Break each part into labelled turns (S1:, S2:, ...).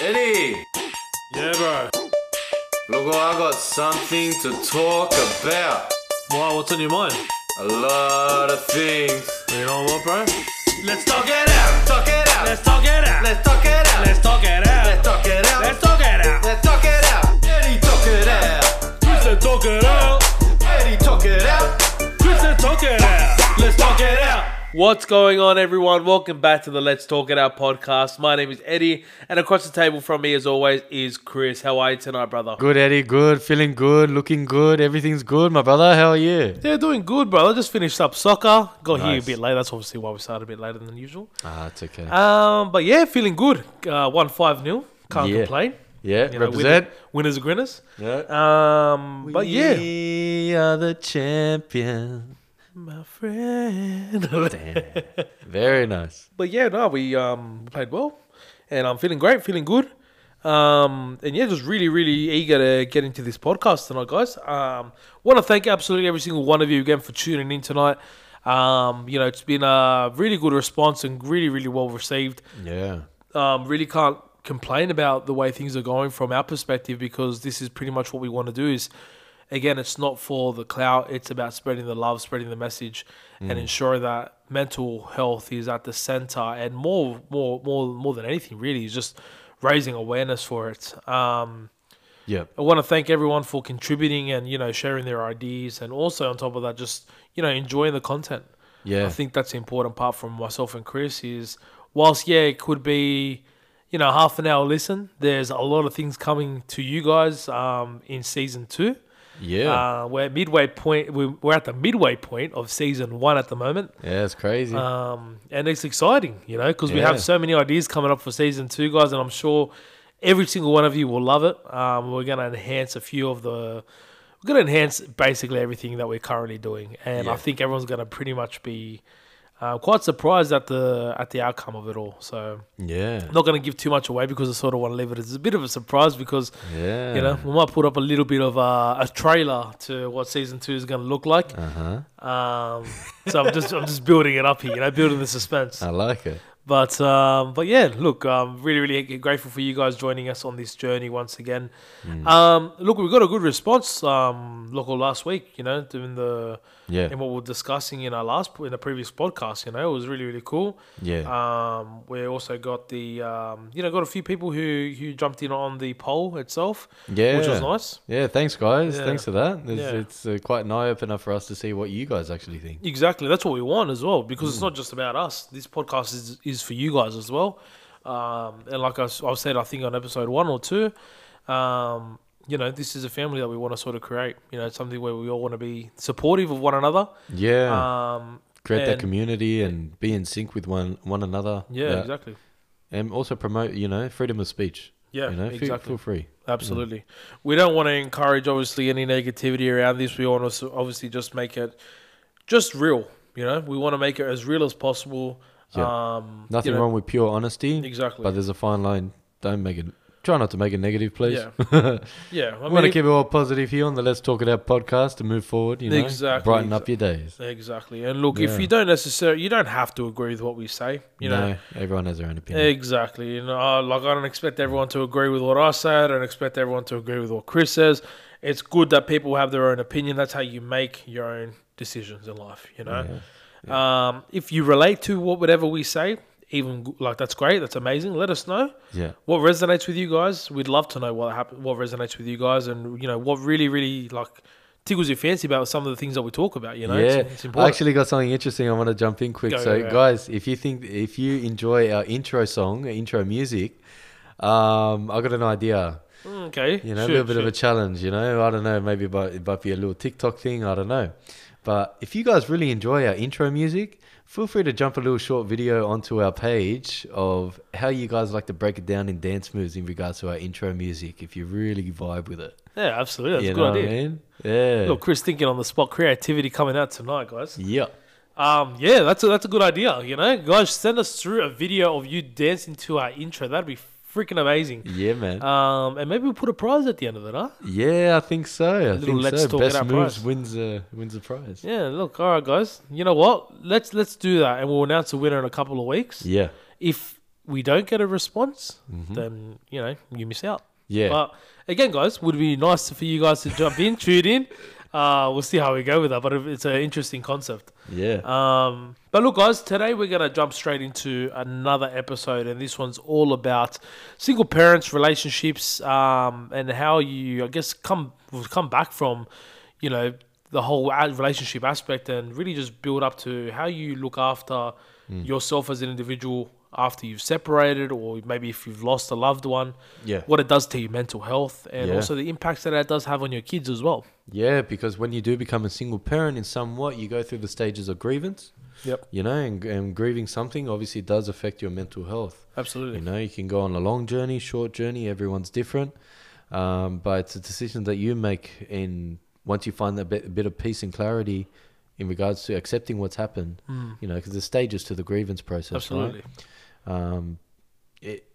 S1: Eddie,
S2: Yeah, bro.
S1: look, I got something to talk about.
S2: Wow, what's on your mind?
S1: A lot of things.
S2: You know what, bro? Let's talk it.
S1: it out, talk it out.
S2: Let's talk it out.
S1: let's talk it out.
S2: Let's talk it out.
S1: talk it out.
S2: Let's talk it out.
S1: Let's talk it out. Eddie, talk it out.
S2: Let's talk it out.
S1: Eddie, talk it out.
S2: Let's talk it out. Let's talk it out. What's going on, everyone? Welcome back to the Let's Talk It Out podcast. My name is Eddie, and across the table from me, as always, is Chris. How are you tonight, brother?
S3: Good, Eddie. Good. Feeling good. Looking good. Everything's good, my brother. How are you?
S2: Yeah, doing good, bro. I just finished up soccer. Got here a
S3: Nice.
S2: bit late. That's obviously why we started a bit later than usual.
S3: Ah, it's okay.
S2: Um, but yeah, feeling good. Uh, one five 0 Can't
S3: Yeah.
S2: complain.
S3: yeah,
S2: You know,
S3: represent.
S2: winners, winners are grinners.
S3: Yeah.
S2: Um, but yeah,
S3: we Uh, are the champion.
S2: my friend.
S3: Very nice.
S2: but yeah, no, we um played well, and I'm feeling great, feeling good. Um, and yeah, just really, really eager to get into this podcast tonight, guys. Um, want to thank absolutely every single one of you again for tuning in tonight. Um, you know, it's been a really good response and really, really well received
S3: Yeah.
S2: um, really can't complain about the way things are going from our perspective because this is pretty much what we want to do is again it's not for the clout it's about spreading the love spreading the message and ensuring that mental health is at the center and more more more more than anything really is just raising awareness for it um,
S3: Yep.
S2: I want to thank everyone for contributing and you know sharing their ideas and also on top of that just you know enjoying the content
S3: Yeah.
S2: I think that's the important part from myself and Chris is whilst yeah, it could be you know half an hour listen. There's a lot of things coming to you guys um, in season two.
S3: Yeah.
S2: Uh, we're at midway point. We're we're at the midway point of season one at the moment,
S3: yeah, it's crazy.
S2: um, and it's exciting, you know, because we
S3: Yeah.
S2: have so many ideas coming up for season two, guys, and I'm sure every single one of you will love it. Um, we're gonna enhance a few of the. We're gonna enhance basically everything that we're currently doing, and I
S3: Yeah.
S2: think everyone's gonna pretty much be uh, quite surprised at the at the outcome of it all. So
S3: yeah.
S2: I'm not gonna give too much away because I sort of want to leave it as a bit of a surprise because
S3: Yeah.
S2: you know we might put up a little bit of uh, a trailer to what season two is gonna look like.
S3: Uh huh.
S2: Um, so I'm just I'm just building it up here, you know, building the suspense.
S3: I like it.
S2: But um, but yeah, look, I'm really really grateful for you guys joining us on this journey once again.
S3: Mm.
S2: Um, look, we got a good response. Um, local last week, you know, doing the
S3: Yeah.
S2: and what we were discussing in our last in the previous podcast, you know, it was really really cool.
S3: Yeah.
S2: Um, we also got the um, you know got a few people who who jumped in on the poll itself,
S3: yeah.
S2: which was nice.
S3: Yeah. Thanks, guys.
S2: Yeah.
S3: Thanks for that. It's,
S2: Yeah.
S3: it's uh, quite an eye opener for us to see what you guys actually think.
S2: Exactly. That's what we want as well, because
S3: Hmm.
S2: it's not just about us. This podcast is, is for you guys as well. Um, and like I, s- I said, I think on episode one or two, um, you know, this is a family that we want to sort of create. You know, it's something where we all want to be supportive of one another.
S3: Yeah.
S2: Um,
S3: Create
S2: and-
S3: that community and be in sync with one one another.
S2: yeah, exactly.
S3: and also promote you know freedom of speech
S2: Yeah,
S3: you know fe-
S2: exactly.
S3: feel free
S2: Absolutely. We don't want to encourage obviously any negativity around this. We want to s- obviously just make it just real. You know, we want to make it as real as possible.
S3: Yeah.
S2: Um, you
S3: nothing
S2: know,
S3: wrong with pure honesty
S2: Exactly.
S3: but there's a fine line don't make it try not to make it negative please
S2: Yeah.
S3: yeah.
S2: yeah. I
S3: i want to
S2: mean,
S3: keep it all positive here on the let's talk it out podcast to move forward you know
S2: Exactly,
S3: brighten up your days
S2: Exactly. And look, if
S3: Yeah.
S2: you don't necessarily, you don't have to agree with what we say. You know.
S3: no everyone has their own opinion
S2: Exactly. You know, uh, like I don't expect everyone to agree with what I say. I don't expect everyone to agree with what Chris says. It's good that people have their own opinion. That's how you make your own decisions in life. You know.
S3: Yeah.
S2: Um, if you relate to what whatever we say, even g- like that's great, that's amazing. Let us know
S3: yeah
S2: what resonates with you guys. We'd love to know what happen- what resonates with you guys, and you know what really, really like tickles your fancy about some of the things that we talk about. You know,
S3: yeah,
S2: it's, it's
S3: I
S2: important.
S3: actually got something interesting. I want to jump in quick.
S2: Go,
S3: so,
S2: go, go.
S3: guys, if you think if you enjoy our intro song, our intro music, um, I got an idea.
S2: Mm, okay,
S3: You know,
S2: Shoot,
S3: a little bit of a
S2: shoot.
S3: challenge, you know. I don't know, maybe it might, it might be a little TikTok thing, I don't know. But if you guys really enjoy our intro music, feel free to jump a little short video onto our page of how you guys like to break it down in dance moves in regards to our intro music if you really vibe with it.
S2: yeah, absolutely, that's
S3: you
S2: a
S3: know
S2: good idea.
S3: what I mean? Yeah.
S2: Look, Chris, thinking on the spot, creativity coming out tonight, guys.
S3: Yeah.
S2: Um, yeah, that's a, that's a good idea. You know, guys, send us through a video of you dancing to our intro. That'd be freaking amazing.
S3: Yeah, man.
S2: Um, and maybe we'll put a prize at the end of it, huh?
S3: yeah, I think so. I
S2: little
S3: think
S2: Let's
S3: so.
S2: Talk It
S3: Best
S2: Out
S3: moves
S2: prize.
S3: wins a wins a prize.
S2: Yeah, look, all right, guys. You know what? Let's let's do that, and we'll announce the winner in a couple of weeks.
S3: Yeah.
S2: If we don't get a response, then you know you miss out.
S3: Yeah.
S2: But again, guys, would be nice for you guys to jump in, tune in. Uh, we'll see how we go with that, but it's an interesting concept.
S3: yeah.
S2: Um, but look, guys, today we're going to jump straight into another episode, and this one's all about single parents, relationships, um, and how you, I guess, come come back from, you know, the whole a- relationship aspect, and really just build up to how you look after
S3: Hmm.
S2: yourself as an individual after you've separated, or maybe if you've lost a loved one,
S3: Yeah.
S2: what it does to your mental health, and
S3: Yeah.
S2: also the impacts that that does have on your kids as well.
S3: yeah, because when you do become a single parent in somewhat, you go through the stages of grievance,
S2: Yep,
S3: you know, and, and grieving something obviously does affect your mental health.
S2: absolutely.
S3: You know, you can go on a long journey, short journey. Everyone's different, um, but it's a decision that you make. In once you find a bit, a bit of peace and clarity in regards to accepting what's happened, you know, because there's stages to the grievance process. right?
S2: Hmm. Absolutely.
S3: Um, it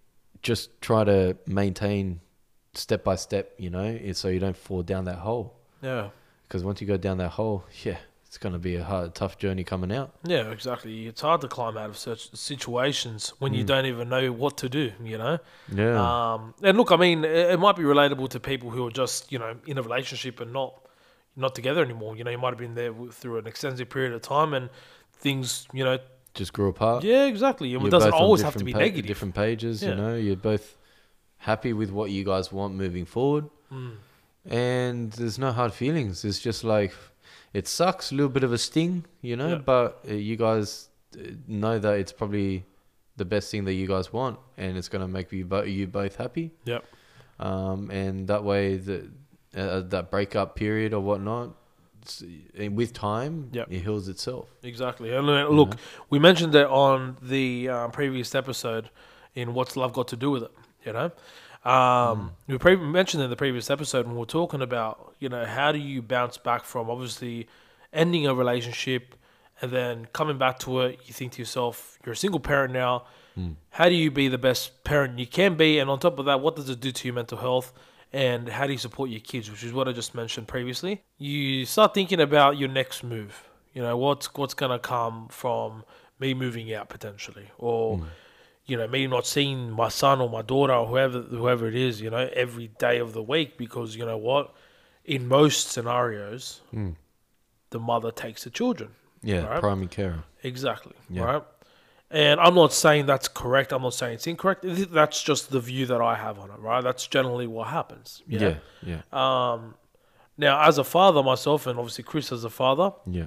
S3: just try to maintain step by step, you know, it- so you don't fall down that hole.
S2: Yeah.
S3: Because once you go down that hole, yeah, it's gonna be a hard, tough journey coming out.
S2: Yeah, exactly. It's hard to climb out of such situations when you don't even know what to do, you know?
S3: Mm. Yeah,
S2: Um, and look, I mean, it, it might be relatable to people who are just, you know, in a relationship and not not together anymore. You know, you might have been there w- through an extensive period of time and things, you know,
S3: just grew apart.
S2: yeah, exactly. And
S3: Uh, You're
S2: it doesn't
S3: both on
S2: always have to
S3: different
S2: be
S3: pa-
S2: negative.
S3: Different pages,
S2: Yeah.
S3: you know. You're both happy with what you guys want moving forward,
S2: Mm,
S3: and there's no hard feelings. It's just like it sucks, a little bit of a sting, you know.
S2: Yeah.
S3: But uh, you guys uh, know that it's probably the best thing that you guys want, and it's gonna make you bo- you both happy.
S2: Yep.
S3: Um, and that way, the uh, that breakup period or whatnot, it's- and with time,
S2: Yep.
S3: it heals itself.
S2: Exactly. And uh, look, we mentioned it on the uh, previous episode in What's Love Got to Do with It, you know? Um, We pre- mentioned in the previous episode when we were talking about, you know, how do you bounce back from obviously ending a relationship and then coming back to it, you think to yourself, you're a single parent now. How do you be the best parent you can be? And on top of that, what does it do to your mental health? And how do you support your kids, which is what I just mentioned previously? You start thinking about your next move you know what's what's gonna come from me moving out potentially or you know me not seeing my son or my daughter or whoever whoever it is you know every day of the week because you know what in most scenarios the mother takes the children
S3: Yeah,
S2: right?
S3: primary carer.
S2: Exactly. Right. And I'm not saying that's correct. I'm not saying it's incorrect. Th- That's just the view that I have on it, right? That's generally what happens. you know?
S3: Yeah, yeah,
S2: Uh, Now, as a father myself, and obviously Chris as a father,
S3: yeah.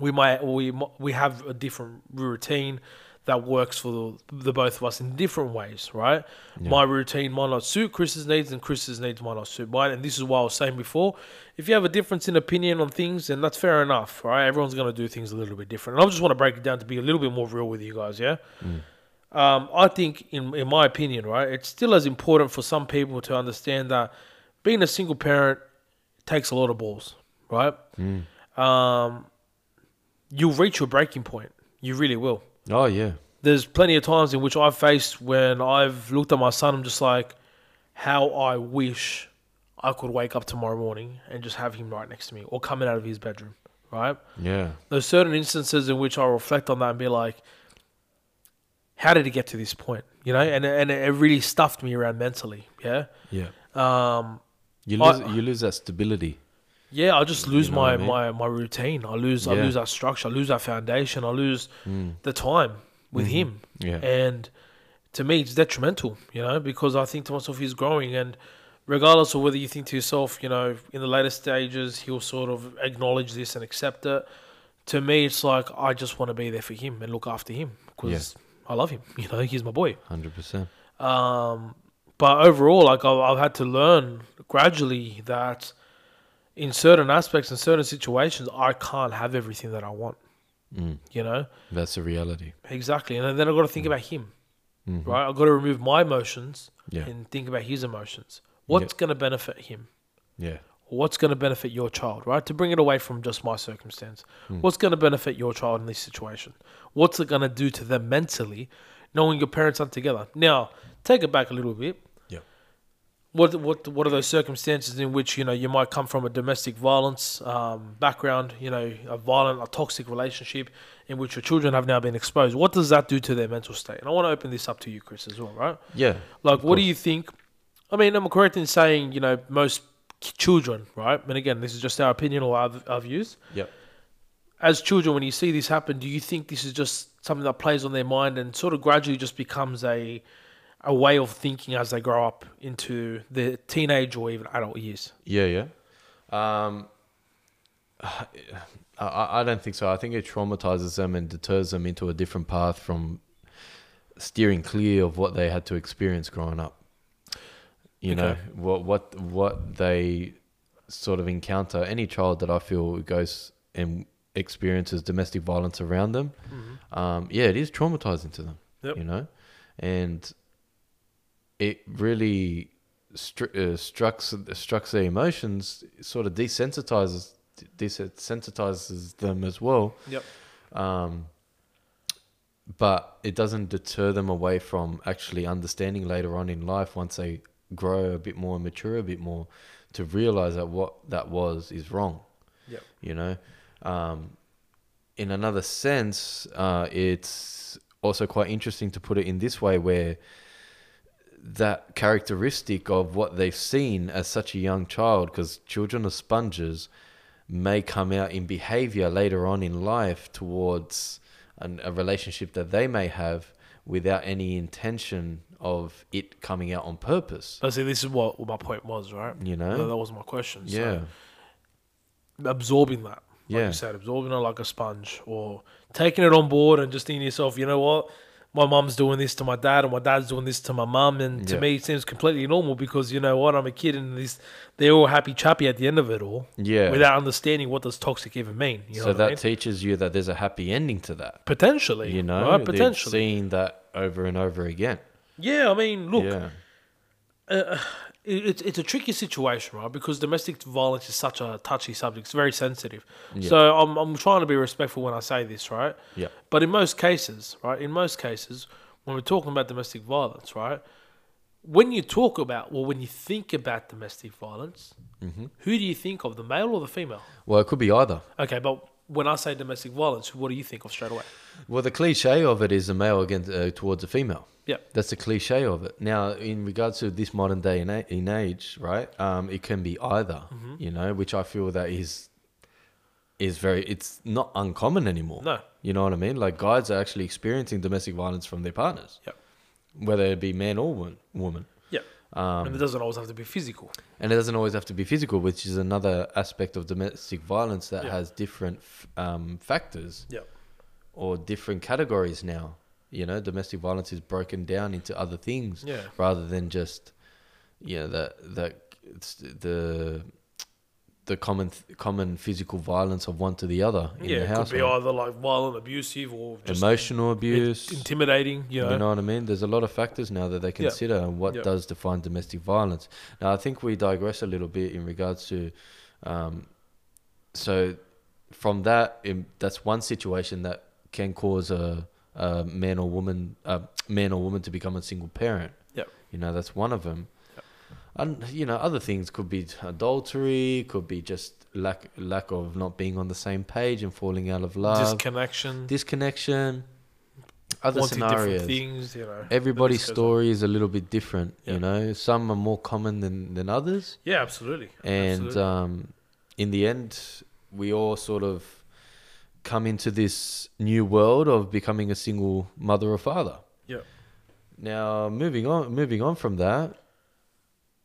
S2: we might we m- we have a different routine that works for the, the both of us in different ways, right? My routine might not suit Chris's needs, and Chris's needs might not suit mine. And this is why I was saying before: if you have a difference in opinion on things, then that's fair enough, right? Everyone's going to do things a little bit different. And I just want to break it down to be a little bit more real with you guys, yeah. Um, I think, in in my opinion, right, it's still as important for some people to understand that being a single parent takes a lot of balls, right? Um, you'll reach your breaking point. You really will.
S3: Oh yeah.
S2: There's plenty of times in which I've faced when I've looked at my son. I'm just like, how I wish I could wake up tomorrow morning and just have him right next to me or coming out of his bedroom, right?
S3: Yeah.
S2: There's certain instances in which I reflect on that and be like, how did it get to this point? You know, and and it really stuffed me around mentally. Yeah.
S3: Yeah.
S2: Um,
S3: You
S2: I-
S3: lose you lose that stability.
S2: Yeah, I just lose
S3: know
S2: my,
S3: what I mean?
S2: my my routine. I lose I
S3: Yeah. Mm.
S2: lose that structure. I lose that foundation. I lose the time with him.
S3: Mm-hmm. Yeah.
S2: And to me, it's detrimental, you know, because I think to myself, he's growing. And regardless of whether you think to yourself, you know, in the later stages, he'll sort of acknowledge this and accept it. To me, it's like I just want to be there for him and look after him because I love him. You know, he's my boy.
S3: Hundred percent.
S2: Um, but overall, like I've, I've had to learn gradually that in certain aspects and certain situations, I can't have everything that I want.
S3: Mm.
S2: You know
S3: That's the reality.
S2: exactly, and then I've got to think about him, right? I've got to remove my emotions
S3: Mm-hmm. Yeah.
S2: and think about his emotions. What's going to benefit him?
S3: Yeah.
S2: What's going to benefit your child, right? To bring it away from just my circumstance. What's going to benefit your child in this situation? What's it going to do to them mentally, knowing your parents aren't together? Now, take it back a little bit
S3: Yeah.
S2: what what what are those circumstances in which you know you might come from a domestic violence um, background, you know, a violent, a toxic relationship in which your children have now been exposed? What does that do to their mental state? And I want to open this up to you, Chris, as well, right?
S3: Yeah.
S2: Like, what do you think? I mean, I'm correct in saying you know most k- children, right? And again, this is just our opinion or our, our views.
S3: Yep.
S2: As children, when you see this happen, do you think this is just something that plays on their mind and sort of gradually just becomes a a way of thinking as they grow up into their teenage or even adult years?
S3: Yeah, yeah. Um, I, I I don't think so. I think it traumatizes them and deters them into a different path from steering clear of what they had to experience growing up. You know
S2: Okay.
S3: what what what they sort of encounter. Any child that I feel goes and experiences domestic violence around them, um, yeah, it is traumatizing to them.
S2: Yep.
S3: You know, and it really stru- uh, strucks strucks their emotions, it sort of desensitizes desensitizes them as well.
S2: Yep.
S3: Um, but it doesn't deter them away from actually understanding later on in life once they grow a bit more and mature a bit more to realize that what that was is wrong.
S2: Yep.
S3: You know, um, in another sense, uh, it's also quite interesting to put it in this way where that characteristic of what they've seen as such a young child, because children are sponges, may come out in behavior later on in life towards an, a relationship that they may have without any intention of it coming out on purpose.
S2: I see. This is what my point was, right?
S3: You know?
S2: No, that was my question. so-
S3: yeah.
S2: absorbing that. Like
S3: Yeah.
S2: you said, absorbing it like a sponge or taking it on board and just thinking to yourself, you know what? My mum's doing this to my dad and my dad's doing this to my mum and to
S3: Yeah.
S2: me it seems completely normal because you know what, I'm a kid and this they're all happy chappy at the end of it all.
S3: Yeah.
S2: Without understanding what does toxic even mean. You know
S3: so
S2: what
S3: that
S2: I mean?
S3: teaches you that there's a happy ending to that.
S2: potentially.
S3: You know,
S2: right?
S3: They've
S2: potentially.
S3: seen that over and over again.
S2: Yeah, I mean, look,
S3: yeah.
S2: it, it's it's a tricky situation, right? Because domestic violence is such a touchy subject. It's very sensitive. So I'm I'm trying to be respectful when I say this, right?
S3: Yeah.
S2: But in most cases, right? In most cases, when we're talking about domestic violence, right? When you talk about, well, when you think about domestic violence,
S3: Mm-hmm.
S2: who do you think of, the male or the female?
S3: Well, it could be either.
S2: Okay, but when I say domestic violence, what do you think of straight away?
S3: Well, the cliche of it is the male against uh, towards the female.
S2: Yeah.
S3: That's the cliche of it. Now, in regards to this modern day in, a- in age, right? Um, it can be either,
S2: Mm-hmm.
S3: you know, which I feel that is is very. It's not uncommon anymore.
S2: No.
S3: You know what I mean? Like guys are actually experiencing domestic violence from their partners,
S2: Yeah.
S3: whether it be man or Um, woman. woman.
S2: Yeah. and it doesn't always have to be physical.
S3: And it doesn't always have to be physical, which is another aspect of domestic violence that
S2: Yeah.
S3: has different f- um, factors
S2: Yeah.
S3: or different categories now. You know, domestic violence is broken down into other things
S2: Yeah.
S3: rather than just you know that that it's the the common common physical violence of one to the other in
S2: yeah.
S3: the
S2: It could
S3: house.
S2: be either like violent, abusive, or just
S3: Emotional abuse.
S2: intimidating. You know.
S3: You know what I mean? There's a lot of factors now that they consider and what
S2: Yeah.
S3: does define domestic violence. Now, I think we digress a little bit in regards to, um, so from that, in, that's one situation that can cause a, a man or woman, a man or woman to become a single parent.
S2: Yeah.
S3: You know, that's one of them. And you know, other things could be adultery, could be just lack lack of not being on the same page and falling out of love,
S2: disconnection,
S3: disconnection, other
S2: wanting
S3: scenarios.
S2: different things. You know. the
S3: Everybody's
S2: list goes on.
S3: story is a little bit different,
S2: Yeah.
S3: you know. Some are more common than than others,
S2: Yeah, absolutely.
S3: and
S2: absolutely.
S3: um, in the end, we all sort of come into this new world of becoming a single mother or father.
S2: yeah.
S3: Now, moving on, moving on from that,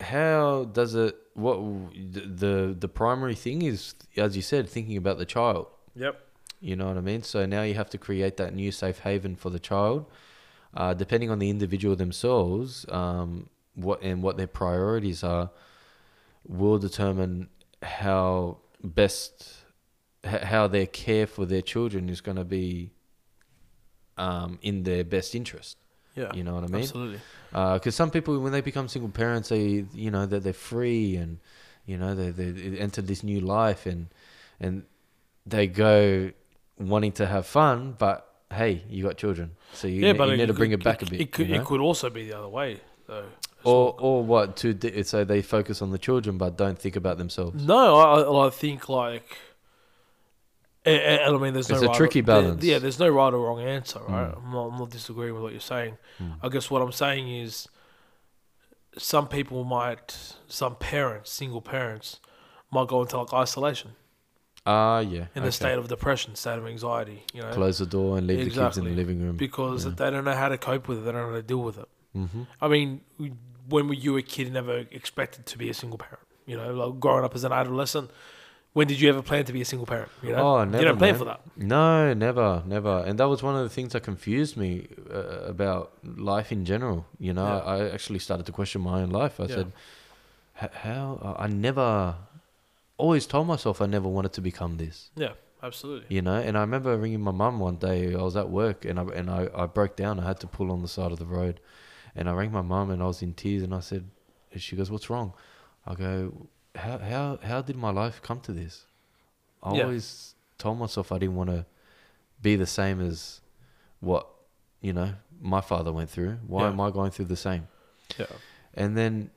S3: how does it? What the the primary thing is, as you said, thinking about the child.
S2: Yep.
S3: You know what I mean? So now you have to create that new safe haven for the child, uh, depending on the individual themselves, um, what and what their priorities are, will determine how best h- how their care for their children is going to be um, in their best interest.
S2: Yeah.
S3: You know what I mean?
S2: Absolutely.
S3: because Uh, some people when they become single parents they you know that they're free and you know they, they enter this new life and and they go wanting to have fun but hey you got children so you,
S2: yeah,
S3: ne-
S2: but
S3: you
S2: it
S3: need to
S2: could-
S3: bring it back a
S2: it-
S3: bit
S2: It could,
S3: you know?
S2: it could also be the other way. So
S3: Or, or what? To d- so they focus on the children but don't think about themselves.
S2: No, I, I- I think like, and, and I mean, there's no
S3: It's a
S2: right or-
S3: tricky
S2: there-
S3: balance. Hmm.
S2: yeah, there's no right or wrong answer, right? I'm, not, I'm not disagreeing with what you're saying. I guess what I'm saying is, some people might, some parents, single parents, might go into like isolation
S3: Ah, yeah.
S2: in
S3: okay.
S2: a state of depression, state of anxiety, you know,
S3: Close the door and leave the kids in the
S2: Exactly.
S3: living room.
S2: because they don't know how to cope with it, they don't know how to deal with it.
S3: mm-hmm.
S2: I mean, when were you a kid and never expected to be a single parent? You know, like growing up as an adolescent, when did you ever plan to be a single parent? You know,
S3: Oh,
S2: you
S3: never,
S2: don't plan
S3: man.
S2: for that.
S3: No, never, never. And that was one of the things that confused me uh, about life in general. You know,
S2: Yeah.
S3: I actually started to question my own life. I
S2: Yeah.
S3: said, "H- how? I- I never, always told myself I never wanted to become this.
S2: Yeah, absolutely.
S3: You know, and I remember ringing my mum one day. I was at work and I and I, I broke down. I had to pull on the side of the road, and I rang my mum and I was in tears. And I said, and she goes, "What's wrong?" I go, "How how how did my life come to this? I
S2: Yeah.
S3: always told myself I didn't want to be the same as what you know my father went through. Why
S2: Yeah.
S3: am I going through the same?"
S2: Yeah,
S3: and then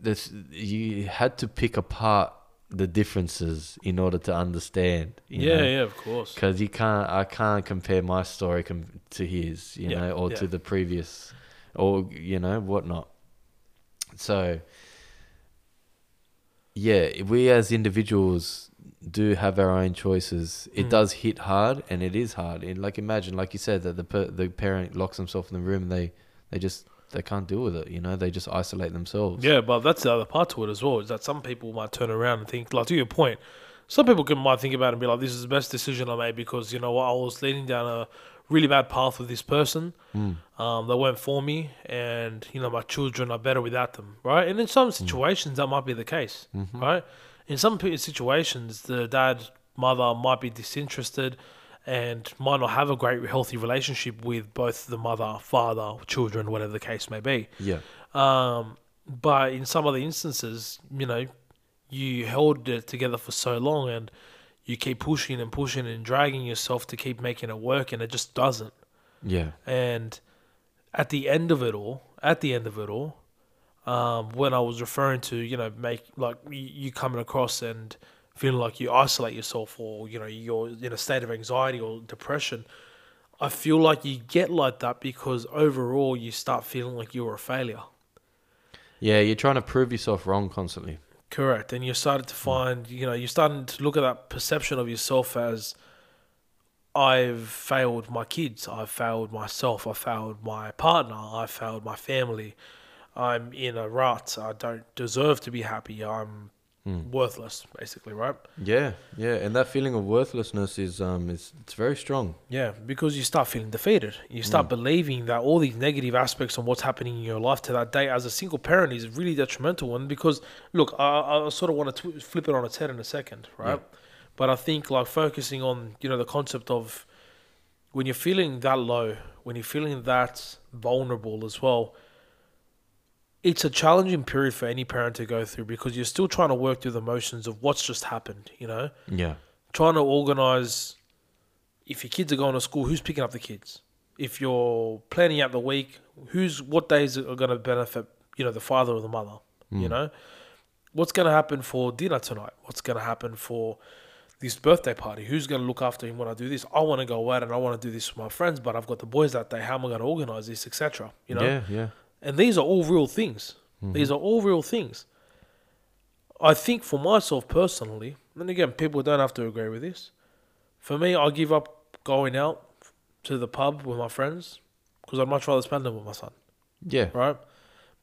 S3: this you had to pick apart the differences in order to understand. You
S2: yeah,
S3: know?
S2: yeah, of course.
S3: because you can't i can't compare my story com- to his you
S2: Yeah,
S3: know or to
S2: yeah.
S3: the previous or you know whatnot so yeah we as individuals do have our own choices it
S2: Mm.
S3: does hit hard and it is hard and like imagine like you said that the per- the parent locks themselves in the room and they they just they can't deal with it you know they just isolate themselves
S2: Yeah, but that's the other part to it as well is that some people might turn around and think, like to your point, some people can might think about it and be like, this is the best decision I made because you know what, I was leading down a really bad path with this person.
S3: Mm.
S2: Um, they weren't for me, and you know my children are better without them, right? And in some situations that might be the case, right? In some pe- situations, the dad mother might be disinterested and might not have a great healthy relationship with both the mother, father, children, whatever the case may be.
S3: yeah
S2: Um, but in some other instances, you know, you held it together for so long and you keep pushing and pushing and dragging yourself to keep making it work and it just doesn't.
S3: yeah
S2: And at the end of it all, at the end of it all, um, when I was referring to, you know, make like y- you coming across and feeling like you isolate yourself or, you know, you're in a state of anxiety or depression, I feel like you get like that because overall you start feeling like you're a failure.
S3: yeah you're trying to prove yourself wrong constantly
S2: Correct. And you started to find, you know, you're starting to look at that perception of yourself as I've failed my kids, I've failed myself, I failed my partner, I failed my family. I'm in a rut. I don't deserve to be happy. I'm worthless, basically, right?
S3: yeah yeah and that feeling of worthlessness is um is it's very strong
S2: Yeah, because you start feeling defeated. You start believing that all these negative aspects on what's happening in your life to that day as a single parent is really detrimental. And because, look, I, I sort of want to tw- flip it on its head in a second, right? But I think like focusing on, you know, the concept of when you're feeling that low, when you're feeling that vulnerable as well, it's a challenging period for any parent to go through because you're still trying to work through the motions of what's just happened, you know?
S3: yeah
S2: trying to organize if your kids are going to school, who's picking up the kids? If you're planning out the week, who's what days are going to benefit, you know, the father or the mother, you know? What's going to happen for dinner tonight? What's going to happen for this birthday party? Who's going to look after him when I do this? I want to go out and I want to do this with my friends, but I've got the boys that day. How am I going to organize this, etc.? You know?
S3: yeah yeah
S2: And these are all real things. These are all real things. I think for myself personally, and again, people don't have to agree with this. For me, I give up going out to the pub with my friends because I'd much rather spend them with my son,
S3: yeah
S2: right?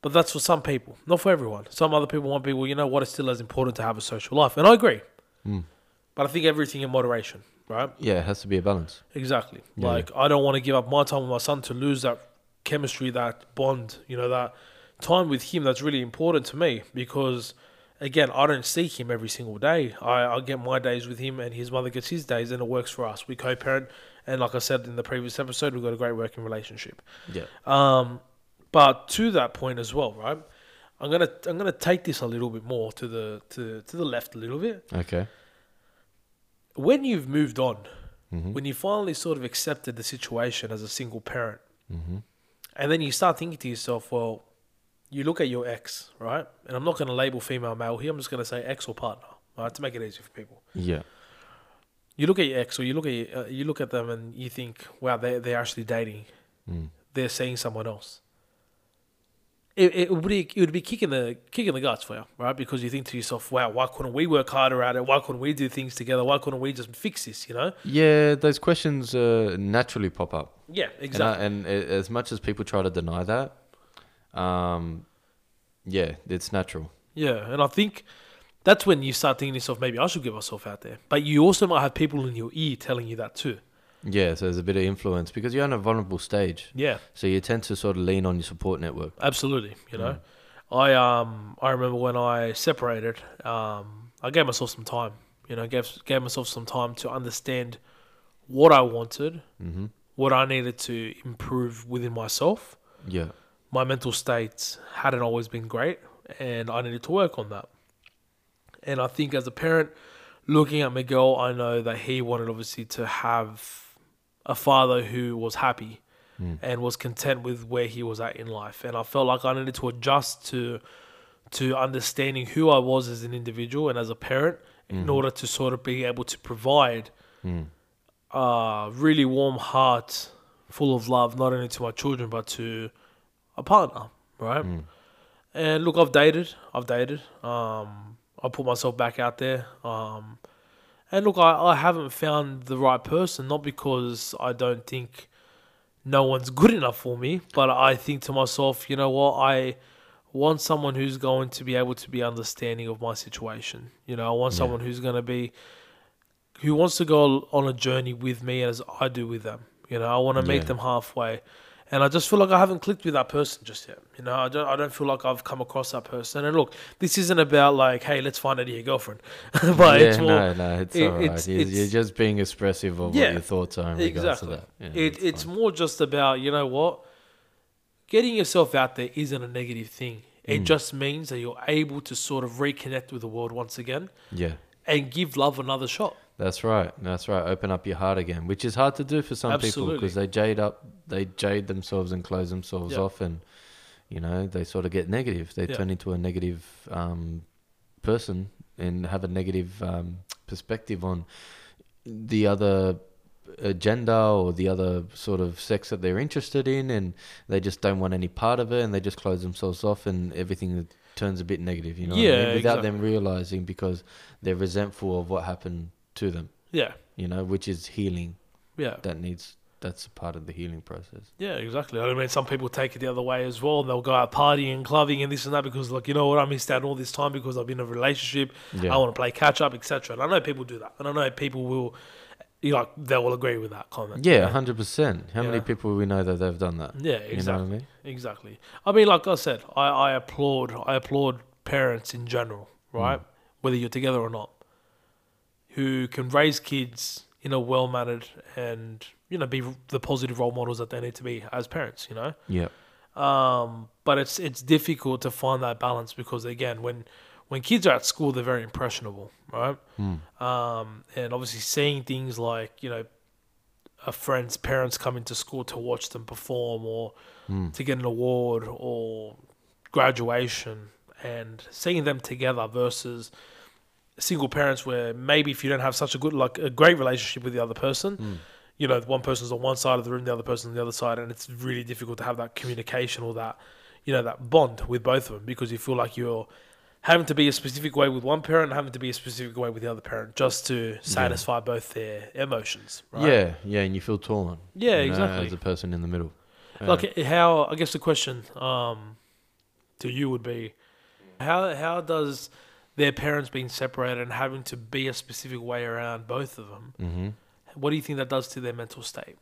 S2: But that's for some people, not for everyone. Some other people want to be, well, you know what, it's still as important to have a social life. And I agree. But I think everything in moderation, right?
S3: Yeah, it has to be a balance.
S2: Exactly.
S3: Yeah.
S2: Like I don't want to give up my time with my son to lose that chemistry, that bond, you know, that time with him that's really important to me because again, I don't see him every single day. I, I get my days with him and his mother gets his days and it works for us. We co parent and like I said in the previous episode, we've got a great working relationship.
S3: Yeah.
S2: Um, but to that point as well, right? I'm gonna I'm gonna take this a little bit more to the to to the left a little bit
S3: Okay.
S2: when you've moved on,
S3: Mm-hmm.
S2: when you finally sort of accepted
S3: Mm-hmm.
S2: the situation as a single parent, and then you start thinking to yourself, well, you look at your ex, right? And I'm not going to label female, male here. I'm just going to say ex or partner, right? To make it easy for people.
S3: Yeah.
S2: You look at your ex, or you look at your, uh, you look at them, and you think, wow, they they're actually dating.
S3: Mm.
S2: They're seeing someone else. It, it would be it would be kicking the kicking the guts for you, right? Because you think to yourself, wow, why couldn't we work harder at it? Why couldn't we do things together? Why couldn't we just fix this? You know?
S3: Yeah, those questions uh, naturally pop up.
S2: Yeah,
S3: And, I-
S2: exactly.
S3: and a- as much as people try to deny that, um, yeah, it's natural.
S2: Yeah, and I think that's when you start thinking to yourself, maybe I should get myself out there. But you also might have people in your ear telling you that too.
S3: Yeah, so there's a bit of influence because you're in a vulnerable stage.
S2: Yeah,
S3: So you tend to sort of lean on your support network.
S2: absolutely. You know, I um I remember when I separated, um I gave myself some time. You know, gave gave myself some time to understand what I wanted, mm-hmm. what I needed to improve within myself.
S3: Yeah.
S2: my mental state hadn't always been great and I needed to work on that. And I think as a parent looking at Miguel, I know that he wanted obviously to have a father who was happy and was content with where he was at in life. And I felt like I needed to adjust to to understanding who I was as an individual and as a parent in order to sort of be able to provide a really warm heart full of love, not only to my children, but to a partner, right? And look, I've dated. I've dated. Um, I put myself back out there. Um, and look, I, I haven't found the right person, not because I don't think no one's good enough for me, but I think to myself, you know what, I want someone who's going to be able to be understanding of my situation. You know, I want someone who's going to be who wants to go on a journey with me as I do with them. You know, I want to meet
S3: Yeah.
S2: them halfway, and I just feel like I haven't clicked with that person just yet. You know, I don't, I don't feel like I've come across that person. And look, this isn't about like, hey, let's find out your girlfriend, but
S3: yeah,
S2: it's more
S3: no, no, it's
S2: it-
S3: all right.
S2: it's-
S3: you're, you're
S2: it's-
S3: just being expressive of
S2: Yeah,
S3: what your thoughts are in regards to
S2: exactly.
S3: that. Yeah,
S2: it,
S3: that's
S2: it's
S3: fine.
S2: more just about you know what, getting yourself out there isn't a negative thing.
S3: Mm.
S2: It just means that you're able to sort of reconnect with the world once again
S3: yeah,
S2: and give love another shot.
S3: that's right. That's right. Open up your heart again, which is hard to do for some people
S2: Absolutely.
S3: because they jade up, they jade themselves and close themselves
S2: Yeah.
S3: off, and you know they sort of get negative. They
S2: Yeah.
S3: turn into a negative um, person and have a negative um, perspective on the other agenda or the other sort of sex that they're interested in and they just don't want any part of it and they just close themselves off and everything turns a bit negative you know what I mean?
S2: Yeah,
S3: without them realizing because they're resentful of what happened to them
S2: Yeah,
S3: you know which is healing
S2: yeah.
S3: that needs that's part of the healing process
S2: Yeah, exactly. I mean, some people take it the other way as well, and they'll go out partying and clubbing and this and that because, like, you know what, I missed out all this time because I've been in a relationship.
S3: Yeah.
S2: I want to play catch up, etc. And I know people do that, and I know people will, you know, like, they will agree with that comment.
S3: yeah 100% how many
S2: Yeah.
S3: people we know that they've done that you
S2: yeah,
S3: know what i
S2: exactly,
S3: mean
S2: exactly. I mean, like I said, I, I applaud, I applaud parents in general, right? Whether you're together or not, who can raise kids in a well mannered and you know be the positive role models that they need to be as parents. You know.
S3: yeah
S2: Um, but it's it's difficult to find that balance because again, when when kids are at school, they're very impressionable, right?
S3: Hmm,
S2: Um, and obviously, seeing things like you know a friend's parents coming to school to watch them perform or
S3: hmm. Mm.
S2: to get an award or graduation, and seeing them together versus single parents where maybe if you don't have such a good like a great relationship with the other person you know one person's on one side of the room the other person's on the other side and it's really difficult to have that communication or that you know that bond with both of them because you feel like you're having to be a specific way with one parent and having to be a specific way with the other parent just to satisfy both their emotions right
S3: yeah yeah and you feel torn
S2: Yeah,
S3: you know,
S2: exactly.
S3: as a person in the middle Yeah.
S2: like how i guess the question um to you would be how how does their parents being separated and having to be a specific way around both of them
S3: mm-hmm.
S2: what do you think that does to their mental state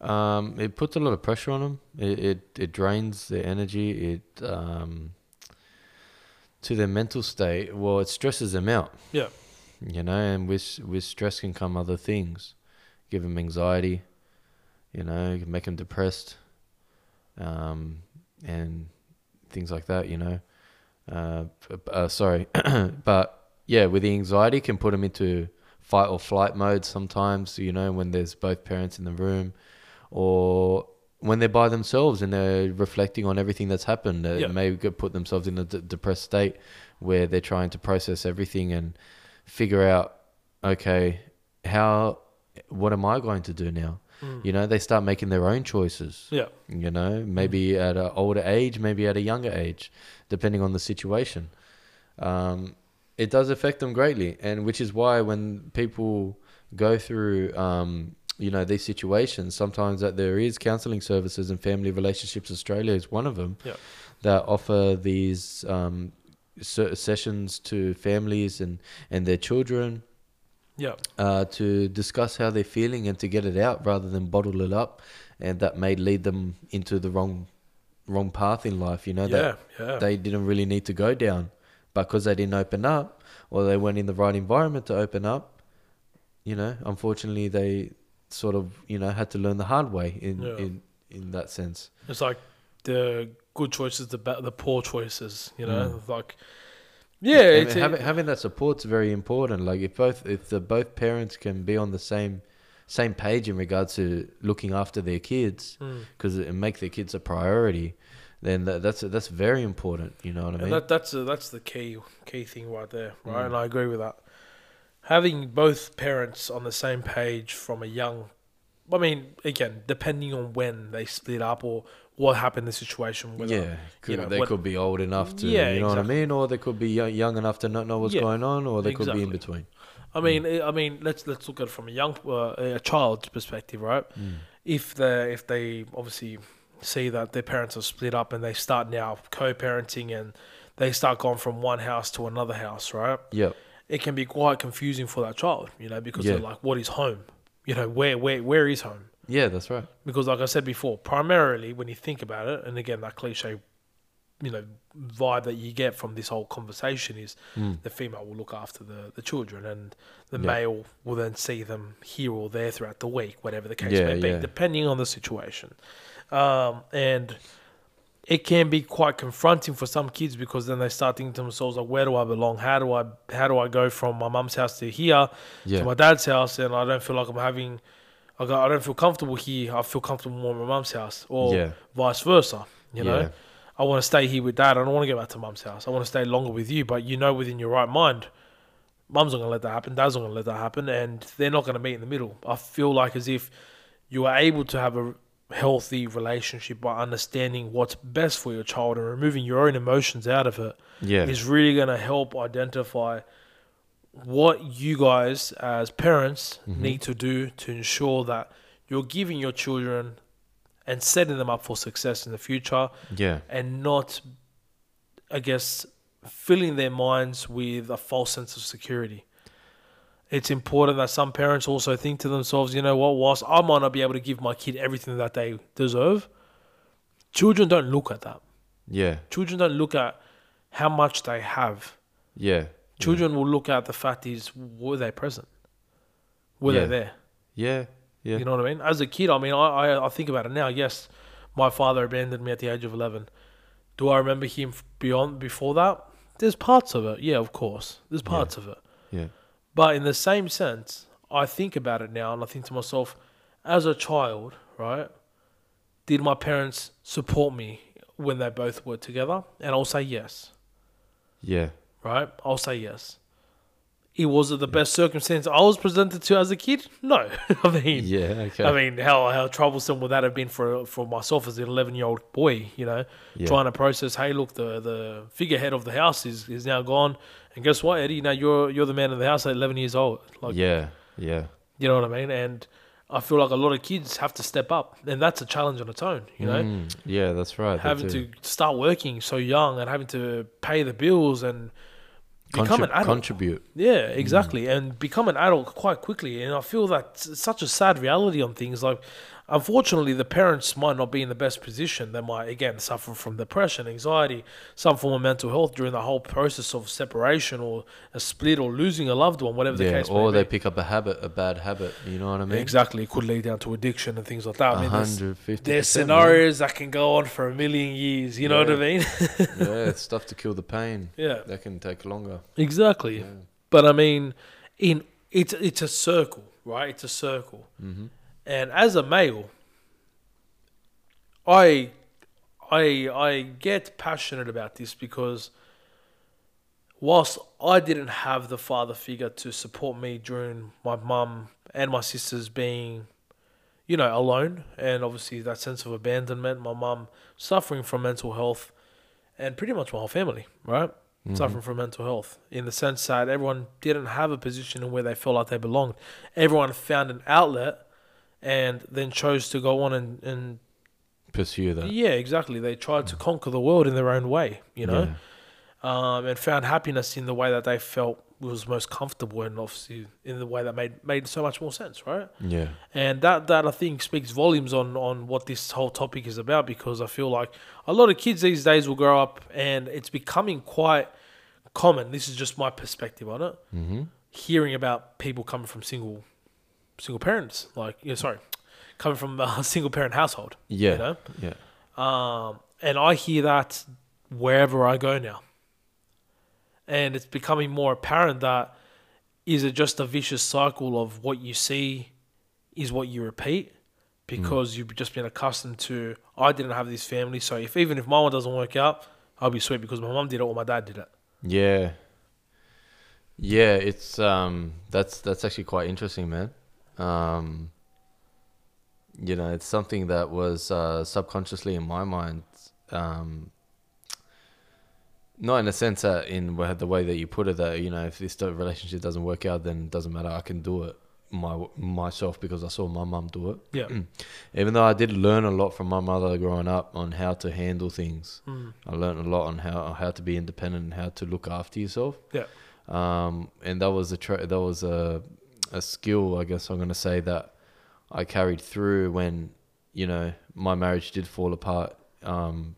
S3: Um, it puts a lot of pressure on them. It it, it drains their energy. It um, to their mental state. Well, it stresses them out.
S2: Yeah.
S3: You know, and with with stress can come other things, give them anxiety. You know, it can make them depressed. Um, and things like that. You know, uh, b- uh sorry, but yeah, with the anxiety can put them into fight or flight mode sometimes. You know, when there's both parents in the room or when they're by themselves and they're reflecting on everything that's happened. They
S2: Yeah.
S3: may go- put themselves in a d- depressed state where they're trying to process everything and figure out, okay, how, what am I going to do now? You know, they start making their own choices.
S2: Yeah.
S3: You know, maybe at an older age, maybe at a younger age, depending on the situation. Um, it does affect them greatly, and which is why when people go through, um, you know, these situations, sometimes that there is counselling services and Family Relationships Australia is one of them
S2: Yeah.
S3: that offer these um, se- sessions to families and and their children
S2: Yeah.
S3: uh, to discuss how they're feeling and to get it out rather than bottle it up, and that may lead them into the wrong wrong path in life. You know
S2: Yeah.
S3: that
S2: Yeah.
S3: they didn't really need to go down, but because they didn't open up or they weren't in the right environment to open up, you know, unfortunately they sort of you know had to learn the hard way in
S2: Yeah.
S3: in in that sense.
S2: It's like the good choices, the ba- the poor choices. You know,
S3: Hmm.
S2: like yeah,
S3: I mean,
S2: it's,
S3: having, having that support's very important. Like if both if the both parents can be on the same same page in regards to looking after their kids
S2: Hmm.
S3: because it make their kids a priority, then that, that's that's very important. You know what I mean?
S2: and that, that's a, that's the key key thing right there, right? And I agree with that. Having both parents on the same page from a young, I mean, again, depending on when they split up or what happened in the situation. Whether,
S3: yeah, could,
S2: know,
S3: they
S2: what-
S3: could be old enough to,
S2: Yeah,
S3: you know what I
S2: exactly.
S3: mean, or they could be young, young enough to not know what's
S2: Yeah,
S3: going on, or they could be in
S2: exactly.
S3: between.
S2: I mean, I I mean, let's let's look at it from a young, uh, a child's perspective, right? If they if they obviously see that their parents are split up and they start now co-parenting and they start going from one house to another house, right?
S3: Yep.
S2: It can be quite confusing for that child, you know, because
S3: Yeah.
S2: they're like, "What is home? You know, where where where is home?"
S3: Yeah, that's right.
S2: because like I said before, primarily when you think about it, and again that cliche, you know, vibe that you get from this whole conversation is
S3: Hmm.
S2: the female will look after the, the children and the male will then see them here or there throughout the week, whatever the case
S3: Yeah,
S2: may be,
S3: yeah.
S2: depending on the situation. Um, and it can be quite confronting for some kids because then they start thinking to themselves like, where do I belong? How do I how do I go from my mum's house to here
S3: Yeah.
S2: to my dad's house? And I don't feel like I'm having, I go, I don't feel comfortable here. I feel comfortable more in my mum's house, or
S3: Yeah.
S2: vice versa. You know,
S3: Yeah.
S2: I want to stay here with dad. I don't want to go back to mum's house. I want to stay longer with you. But you know, within your right mind, mum's not gonna let that happen. Dad's not gonna let that happen, and they're not gonna meet in the middle. I feel like as if you are able to have a healthy relationship by understanding what's best for your child and removing your own emotions out of it
S3: Yeah.
S2: is really gonna help identify what you guys as parents need to do to ensure that you're giving your children and setting them up for success in the future
S3: Yeah.
S2: and not i guess filling their minds with a false sense of security it's important that some parents also think to themselves you know what whilst i might not be able to give my kid everything that they deserve children don't look at that
S3: Yeah.
S2: children don't look at how much they have
S3: Yeah.
S2: children will look at the fact is were they present were
S3: Yeah.
S2: they there
S3: Yeah. Yeah.
S2: you know what i mean as a kid i mean I, I i think about it now yes my father abandoned me at the age of 11 do i remember him f- beyond before that there's parts of it yeah of course there's parts of it
S3: yeah.
S2: but in the same sense i think about it now and i think to myself as a child right did my parents support me when they both were together and i'll say yes
S3: Yeah.
S2: right? I'll say yes. It was it the best circumstance I was presented to as a kid? No. I mean,
S3: Yeah. Okay.
S2: I mean, how how troublesome would that have been for for myself as an eleven year old boy? You know,
S3: Yeah.
S2: trying to process. Hey, look, the the figurehead of the house is is now gone, and guess what, Eddie? Now you're you're the man of the house at eleven years old. Like,
S3: yeah. Yeah.
S2: you know what I mean? And I feel like a lot of kids have to step up, and that's a challenge on its own. You know,
S3: Mm, yeah, that's right. They
S2: having
S3: do.
S2: to start working so young and having to pay the bills and become
S3: Contrib-
S2: an adult.
S3: Contribute.
S2: Yeah,
S3: Mm.
S2: exactly, and become an adult quite quickly. And I feel that it's such a sad reality on things. Like, unfortunately, the parents might not be in the best position. They might again suffer from depression, anxiety, some form of mental health during the whole process of separation or a split or losing a loved one, whatever the
S3: Yeah,
S2: case
S3: or
S2: may
S3: they
S2: be.
S3: pick up a habit, a bad habit. You know what I mean?
S2: Exactly, it could lead down to addiction and things like that. I mean, there's,
S3: 150%,
S2: there's
S3: man.
S2: scenarios that can go on for a million years. You know what I mean?
S3: yeah, it's stuff to kill the pain.
S2: Yeah.
S3: That can take longer.
S2: Exactly. But I mean, in it's it's a circle, right? It's a circle. Mm-hmm. And as a male, I I I get passionate about this because whilst I didn't have the father figure to support me during my mum and my sisters being, you know, alone, and obviously that sense of abandonment, my mum suffering from mental health, and pretty much my whole family, right? Suffering from mental health in the sense that everyone didn't have a position in where they felt like they belonged. Everyone found an outlet and then chose to go on and, and
S3: Pursue that.
S2: yeah, exactly. They tried to conquer the world in their own way, you know, um, and found happiness in the way that they felt was most comfortable and obviously in the way that made made so much more sense, right?
S3: Yeah.
S2: And that that I think speaks volumes on on what this whole topic is about because I feel like a lot of kids these days will grow up and it's becoming quite common. This is just my perspective on it. Mm-hmm. Hearing about people coming from single single parents, like yeah, sorry, coming from a single parent household.
S3: Yeah.
S2: You know?
S3: Yeah.
S2: Um, and I hear that wherever I go now. And it's becoming more apparent that is it just a vicious cycle of what you see is what you repeat because you've just been accustomed to I didn't have this family, so if even if my one doesn't work out, I'll be sweet because my mum did it or my dad did it.
S3: Yeah. Yeah, it's um that's that's actually quite interesting, man. Um you know, it's something that was uh subconsciously in my mind um not in a sense that in wh- the way that you put it that you know if this do- relationship doesn't work out then it doesn't matter I can do it my myself because I saw my mum do it
S2: Yeah.
S3: even though I did learn a lot from my mother growing up on how to handle things,
S2: Mm.
S3: I learned a lot on how how to be independent and how to look after yourself.
S2: Yeah.
S3: Um, and that was a tra- that was a a skill, I guess I'm gonna say that I carried through when you know my marriage did fall apart. Um,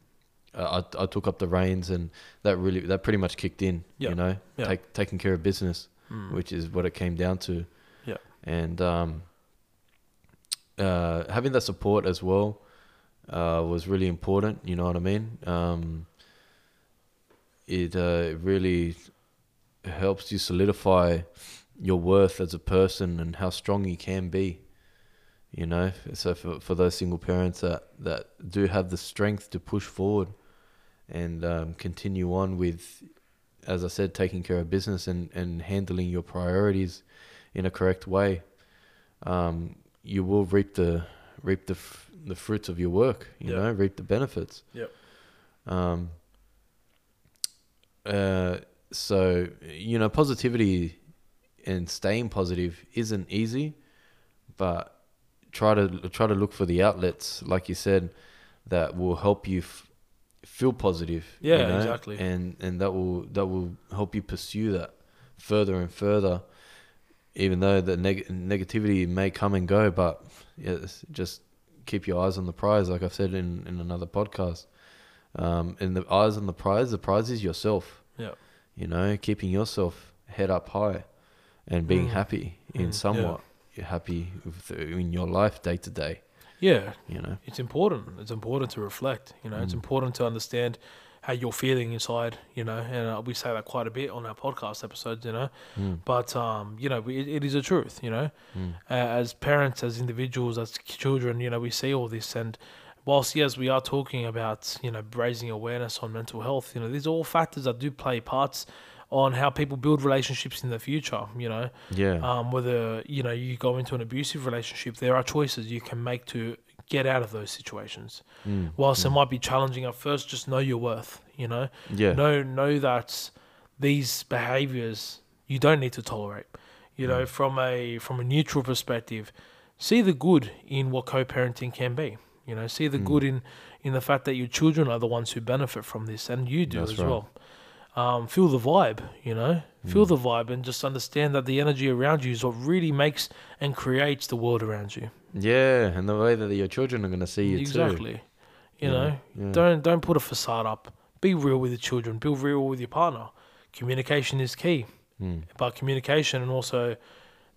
S3: I I I took up the reins and that really that pretty much kicked in.
S2: Yeah.
S3: You know,
S2: Yeah.
S3: take, taking care of business, which is what it came down to
S2: Mm. Yeah.
S3: and um, uh, having that support as well uh, was really important. You know what I mean? Um, it uh, really helps you solidify your worth as a person and how strong you can be. You know, so for for those single parents that that do have the strength to push forward and um, continue on with, as I said, taking care of business and and handling your priorities in a correct way, um, you will reap the reap the f- the fruits of your work. You
S2: Yeah.
S3: know, reap the benefits.
S2: Yep.
S3: Um. Uh. So you know, positivity and staying positive isn't easy, but try to try to look for the outlets, like you said, that will help you. F- feel positive you
S2: Yeah, exactly.
S3: and and that will that will help you pursue that further and further even though the neg- negativity may come and go, but yes, just keep your eyes on the prize, like I've said in, in another podcast. Um, and the eyes on the prize, the prize is yourself,
S2: Yeah.
S3: you know, keeping yourself head up high and being
S2: Mm.
S3: happy in
S2: Mm,
S3: somewhat you're happy with, in your life day to day,
S2: Yeah.
S3: you know.
S2: It's important. It's important to reflect. You know, it's important to understand how you're feeling inside. You know, and uh, we say that quite a bit on our podcast episodes. You know,
S3: Mm,
S2: but um, you know, it, it is a truth. You know, uh, as parents, as individuals, as k- children, you know, we see all this, and whilst yes, we are talking about you know raising awareness on mental health. You know, these are all factors that do play parts on how people build relationships in the future. You know,
S3: Yeah.
S2: um, whether you know you go into an abusive relationship, there are choices you can make to get out of those situations.
S3: mm,
S2: Whilst it might be challenging at first, just know your worth. You know,
S3: Yeah.
S2: know know that these behaviors you don't need to tolerate. You know,
S3: Mm.
S2: from a from a neutral perspective, see the good in what co-parenting can be. You know, see
S3: Mm.
S2: the good in in the fact that your children are the ones who benefit from this, and you do
S3: That's
S2: as
S3: right. Mm.
S2: well um, feel the vibe, you know, feel the vibe and just understand that the energy around you is what really makes and creates the world around you.
S3: yeah. And the way that your children are going to see you too.
S2: exactly. You
S3: Yeah,
S2: know,
S3: yeah.
S2: don't don't put a facade up. Be real with your children. Be real with your partner. Communication is key,
S3: Mm.
S2: but communication and also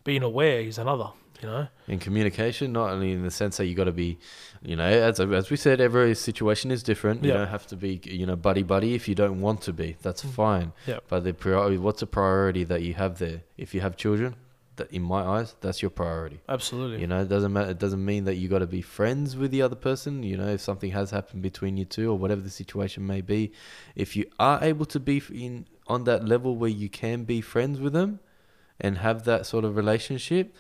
S2: being aware is another. You know,
S3: in communication, not only in the sense that you got to be, you know, as as we said, every situation is different.
S2: Yeah. Mm.
S3: You don't have to be, you know, buddy buddy if you don't want to be. That's fine.
S2: Yeah.
S3: But the priority, what's a priority that you have there? If you have children, that in my eyes, that's your priority.
S2: Absolutely.
S3: You know, it doesn't matter. It doesn't mean that you got to be friends with the other person. You know, if something has happened between you two or whatever the situation may be, if you are able to be f- in on that level where you can be friends with them and have that sort of relationship,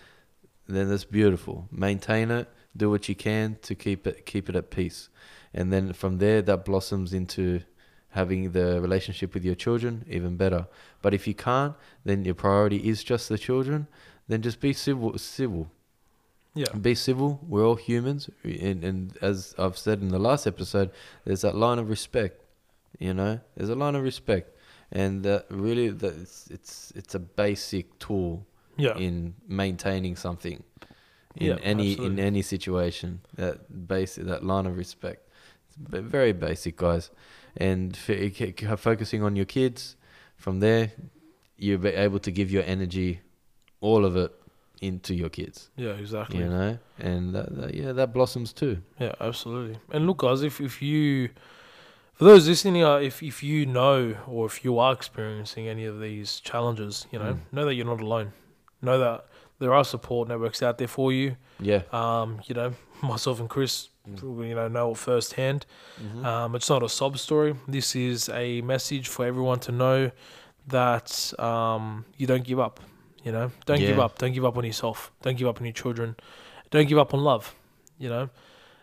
S3: then that's beautiful. Maintain it. Do what you can to keep it keep it at peace, and then from there that blossoms into having the relationship with your children even better. But if you can't, then your priority is just the children. Then just be civil. Civil
S2: yeah.
S3: be civil. We're all humans, and, and as I've said in the last episode, there's that line of respect. You know, there's a line of respect, and that really that it's it's, it's a basic tool
S2: Yeah.
S3: in maintaining something in
S2: Yeah,
S3: any in
S2: absolutely.
S3: any situation. That basic that line of respect, it's b- very basic, guys, and f- c- c- focusing on your kids. From there, you'll be able to give your energy, all of it, into your kids
S2: Yeah, exactly.
S3: you know and that, that, yeah that blossoms too
S2: Yeah, absolutely. And look, guys, if, if you, for those listening, uh, if, if you know or if you are experiencing any of these challenges, you
S3: Mm.
S2: know, know that you're not alone. Know that there are support networks out there for you.
S3: yeah
S2: Um, you know, myself and Chris, we, you know, know it firsthand.
S3: Mm.
S2: Um, it's not a sob story. This is a message for everyone to know that um, you don't give up. You know, don't give
S3: Yeah.
S2: up. Don't give up on yourself. Don't give up on your children. Don't give up on love. You know,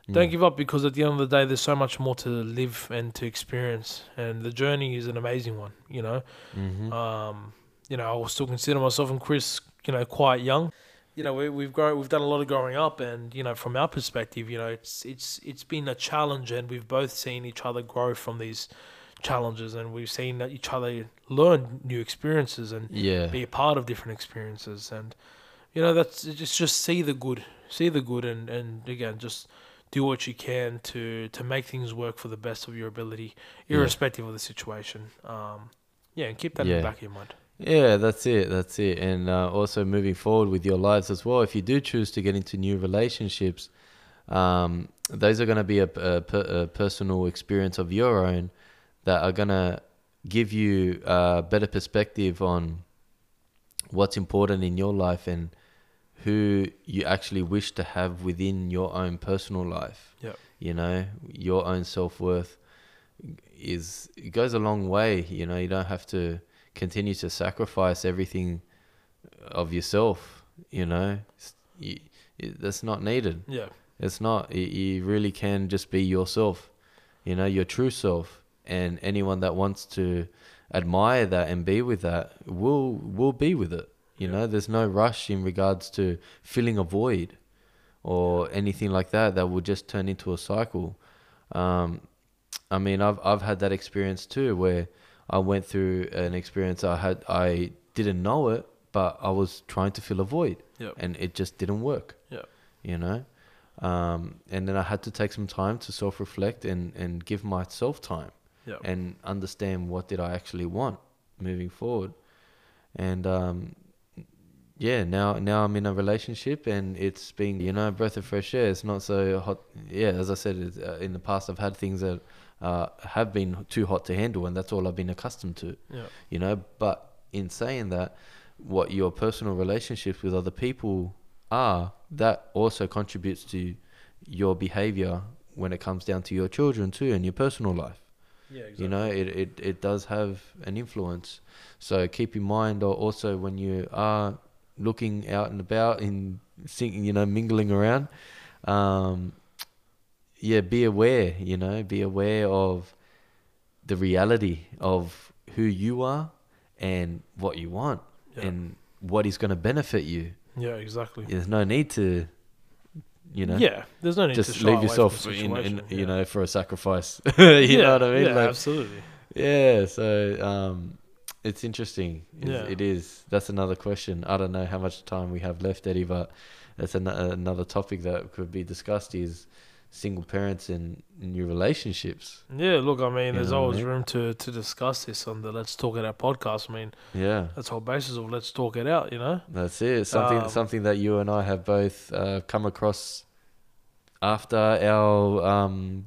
S3: Mm.
S2: don't give up because at the end of the day, there's so much more to live and to experience, and the journey is an amazing one. You know,
S3: Mm-hmm.
S2: um, you know, I will still consider myself and Chris, you know, quite young. You know, we, we've grown, we've done a lot of growing up, and you know, from our perspective, you know, it's it's it's been a challenge, and we've both seen each other grow from these challenges, and we've seen that each other learn new experiences and
S3: yeah
S2: be a part of different experiences, and you know, that's just just see the good, see the good, and and again, just do what you can to to make things work for the best of your ability,
S3: Yeah.
S2: irrespective of the situation. Um, yeah, and keep that in
S3: Yeah.
S2: the back of your mind.
S3: yeah that's it that's it and uh, also moving forward with your lives as well if you do choose to get into new relationships um, those are going to be a, a, per, a personal experience of your own that are going to give you a better perspective on what's important in your life and who you actually wish to have within your own personal life
S2: Yeah.
S3: you know your own self-worth is it goes a long way you know you don't have to continue to sacrifice everything of yourself you know It's- you, it, that's not needed
S2: Yeah,
S3: it's not you, you really can just be yourself you know your true self and anyone that wants to admire that and be with that will will be with it you know there's no rush in regards to filling a void or anything like that that will just turn into a cycle um i mean i've i've had that experience too where i went through an experience i had i didn't know it but i was trying to fill a void
S2: Yep.
S3: and it just didn't work
S2: yeah,
S3: you know um, and then i had to take some time to self-reflect and, and give myself time
S2: yeah,
S3: and understand what did i actually want moving forward and um, yeah now now i'm in a relationship and it's been you know a breath of fresh air it's not so hot yeah as i said it's, uh, in the past i've had things that uh, have been too hot to handle and that's all i've been accustomed to
S2: yeah,
S3: you know but in saying that what your personal relationships with other people are that also contributes to your behavior when it comes down to your children too and your personal life
S2: yeah. Exactly.
S3: you know it, it it does have an influence so keep in mind or also when you are looking out and about in thinking you know mingling around um yeah be aware you know be aware of the reality of who you are and what you want
S2: Yeah.
S3: and what is going to benefit you
S2: yeah, exactly.
S3: there's no need to you know
S2: yeah, there's no need to
S3: just
S2: shy
S3: leave
S2: away
S3: yourself
S2: from the
S3: in, in
S2: situation,
S3: you
S2: yeah.
S3: know for a sacrifice you
S2: yeah,
S3: know what i mean
S2: Yeah,
S3: Like,
S2: absolutely.
S3: yeah, so um, it's interesting. Is,
S2: Yeah.
S3: It is. That's another question. I don't know how much time we have left, Eddie, but that's an- another topic that could be discussed is single parents and new relationships.
S2: Yeah, look, I mean,
S3: know what
S2: there's
S3: I
S2: always
S3: mean?
S2: room to to discuss this on the Let's Talk It Out podcast. I mean,
S3: Yeah,
S2: that's the whole basis of Let's Talk It Out. You know.
S3: that's it. Something
S2: Um,
S3: something that you and I have both uh, come across after our um,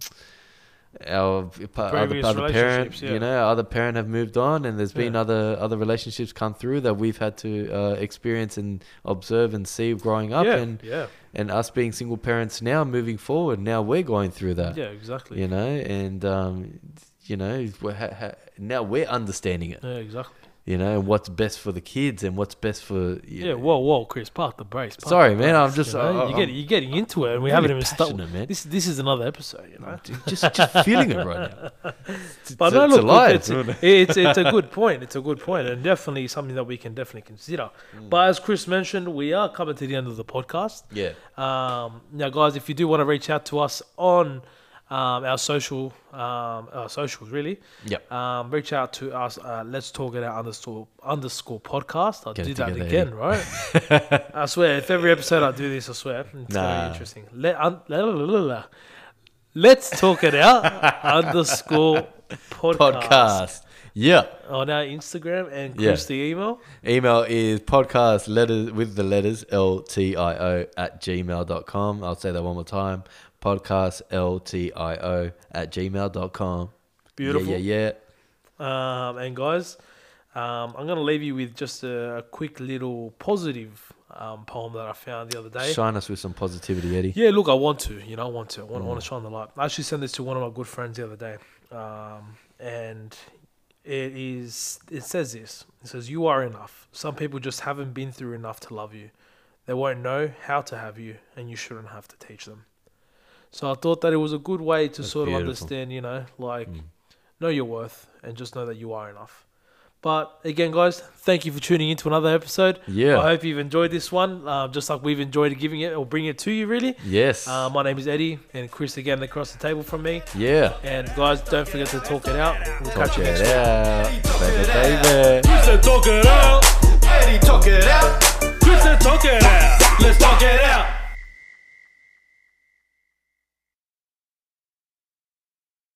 S3: our p- other,
S2: Previous
S3: other parent,
S2: relationships, yeah.
S3: you know, other parent have moved on, and there's been
S2: Yeah.
S3: other other relationships come through that we've had to uh, experience and observe and see growing up,
S2: yeah,
S3: and
S2: yeah,
S3: and us being single parents now, moving forward, now we're going through that,
S2: yeah, exactly.
S3: uh, you know, and um, you know, we're ha- ha- now we're understanding it,
S2: Yeah, exactly.
S3: you know, and what's best for the kids and what's best for
S2: Yeah. whoa, whoa, Chris, park the brakes. park
S3: Sorry,
S2: the
S3: man, I'm
S2: brakes,
S3: just-
S2: you know?
S3: I-
S2: you're,
S3: I'm
S2: getting, you're getting into it, and we
S3: really
S2: haven't even started.
S3: passionate, man.
S2: This this is another episode, you know.
S3: just just feeling it right now. It's,
S2: But
S3: it's-
S2: no,
S3: it's
S2: look,
S3: alive.
S2: look, it's, it's it's a good point. It's a good point, and definitely something that we can definitely consider.
S3: Mm.
S2: But as Chris mentioned, we are coming to the end of the podcast.
S3: yeah.
S2: Um, now, guys, if you do want to reach out to us on um, our social, um, our socials, really,
S3: Yep.
S2: um, reach out to us. Uh, let's talk it out underscore underscore podcast. I'll
S3: Get it
S2: do that
S3: together, eh?
S2: again, right? I swear, if every episode I do this, I swear it's gonna
S3: Nah.
S2: be interesting. Let un, la, la, la, la, la. let's talk it out underscore podcast,
S3: Podcast. Yeah.
S2: on our Instagram and
S3: Yeah.
S2: Chris the email.
S3: Email is podcast letters with the letters L T I O at gmail.com. I'll say that one more time. Podcast L T I O at gmail.com.
S2: Beautiful.
S3: Yeah, yeah, yeah.
S2: Um, and guys, um, I'm gonna leave you with just a, a quick little positive um, poem that I found the other day.
S3: Shine us with some positivity, Eddie.
S2: Yeah, look, I want to. You know, I want to. I want, I want
S3: Mm.
S2: to shine the light. I actually sent this to one of my good friends the other day, um, and it is. It says this. It says, "You are enough. Some people just haven't been through enough to love you. They won't know how to have you, and you shouldn't have to teach them." So I thought that it was a good way to sort of
S3: beautiful. Mm.
S2: understand. You know, like know your worth and just know that you are enough. But again, guys, thank you for tuning in to another episode.
S3: Yeah.
S2: I hope you've enjoyed this one, uh, just like we've enjoyed giving it or bringing it to you, really.
S3: Yes.
S2: Uh, my name is Eddie, and Chris again across the table from me.
S3: yeah.
S2: And guys, don't forget to talk it out. We'll catch
S3: Check
S2: you next
S3: it out. Baby, baby.
S1: Chris said talk it out. Eddie talk it out. Chris said talk it out.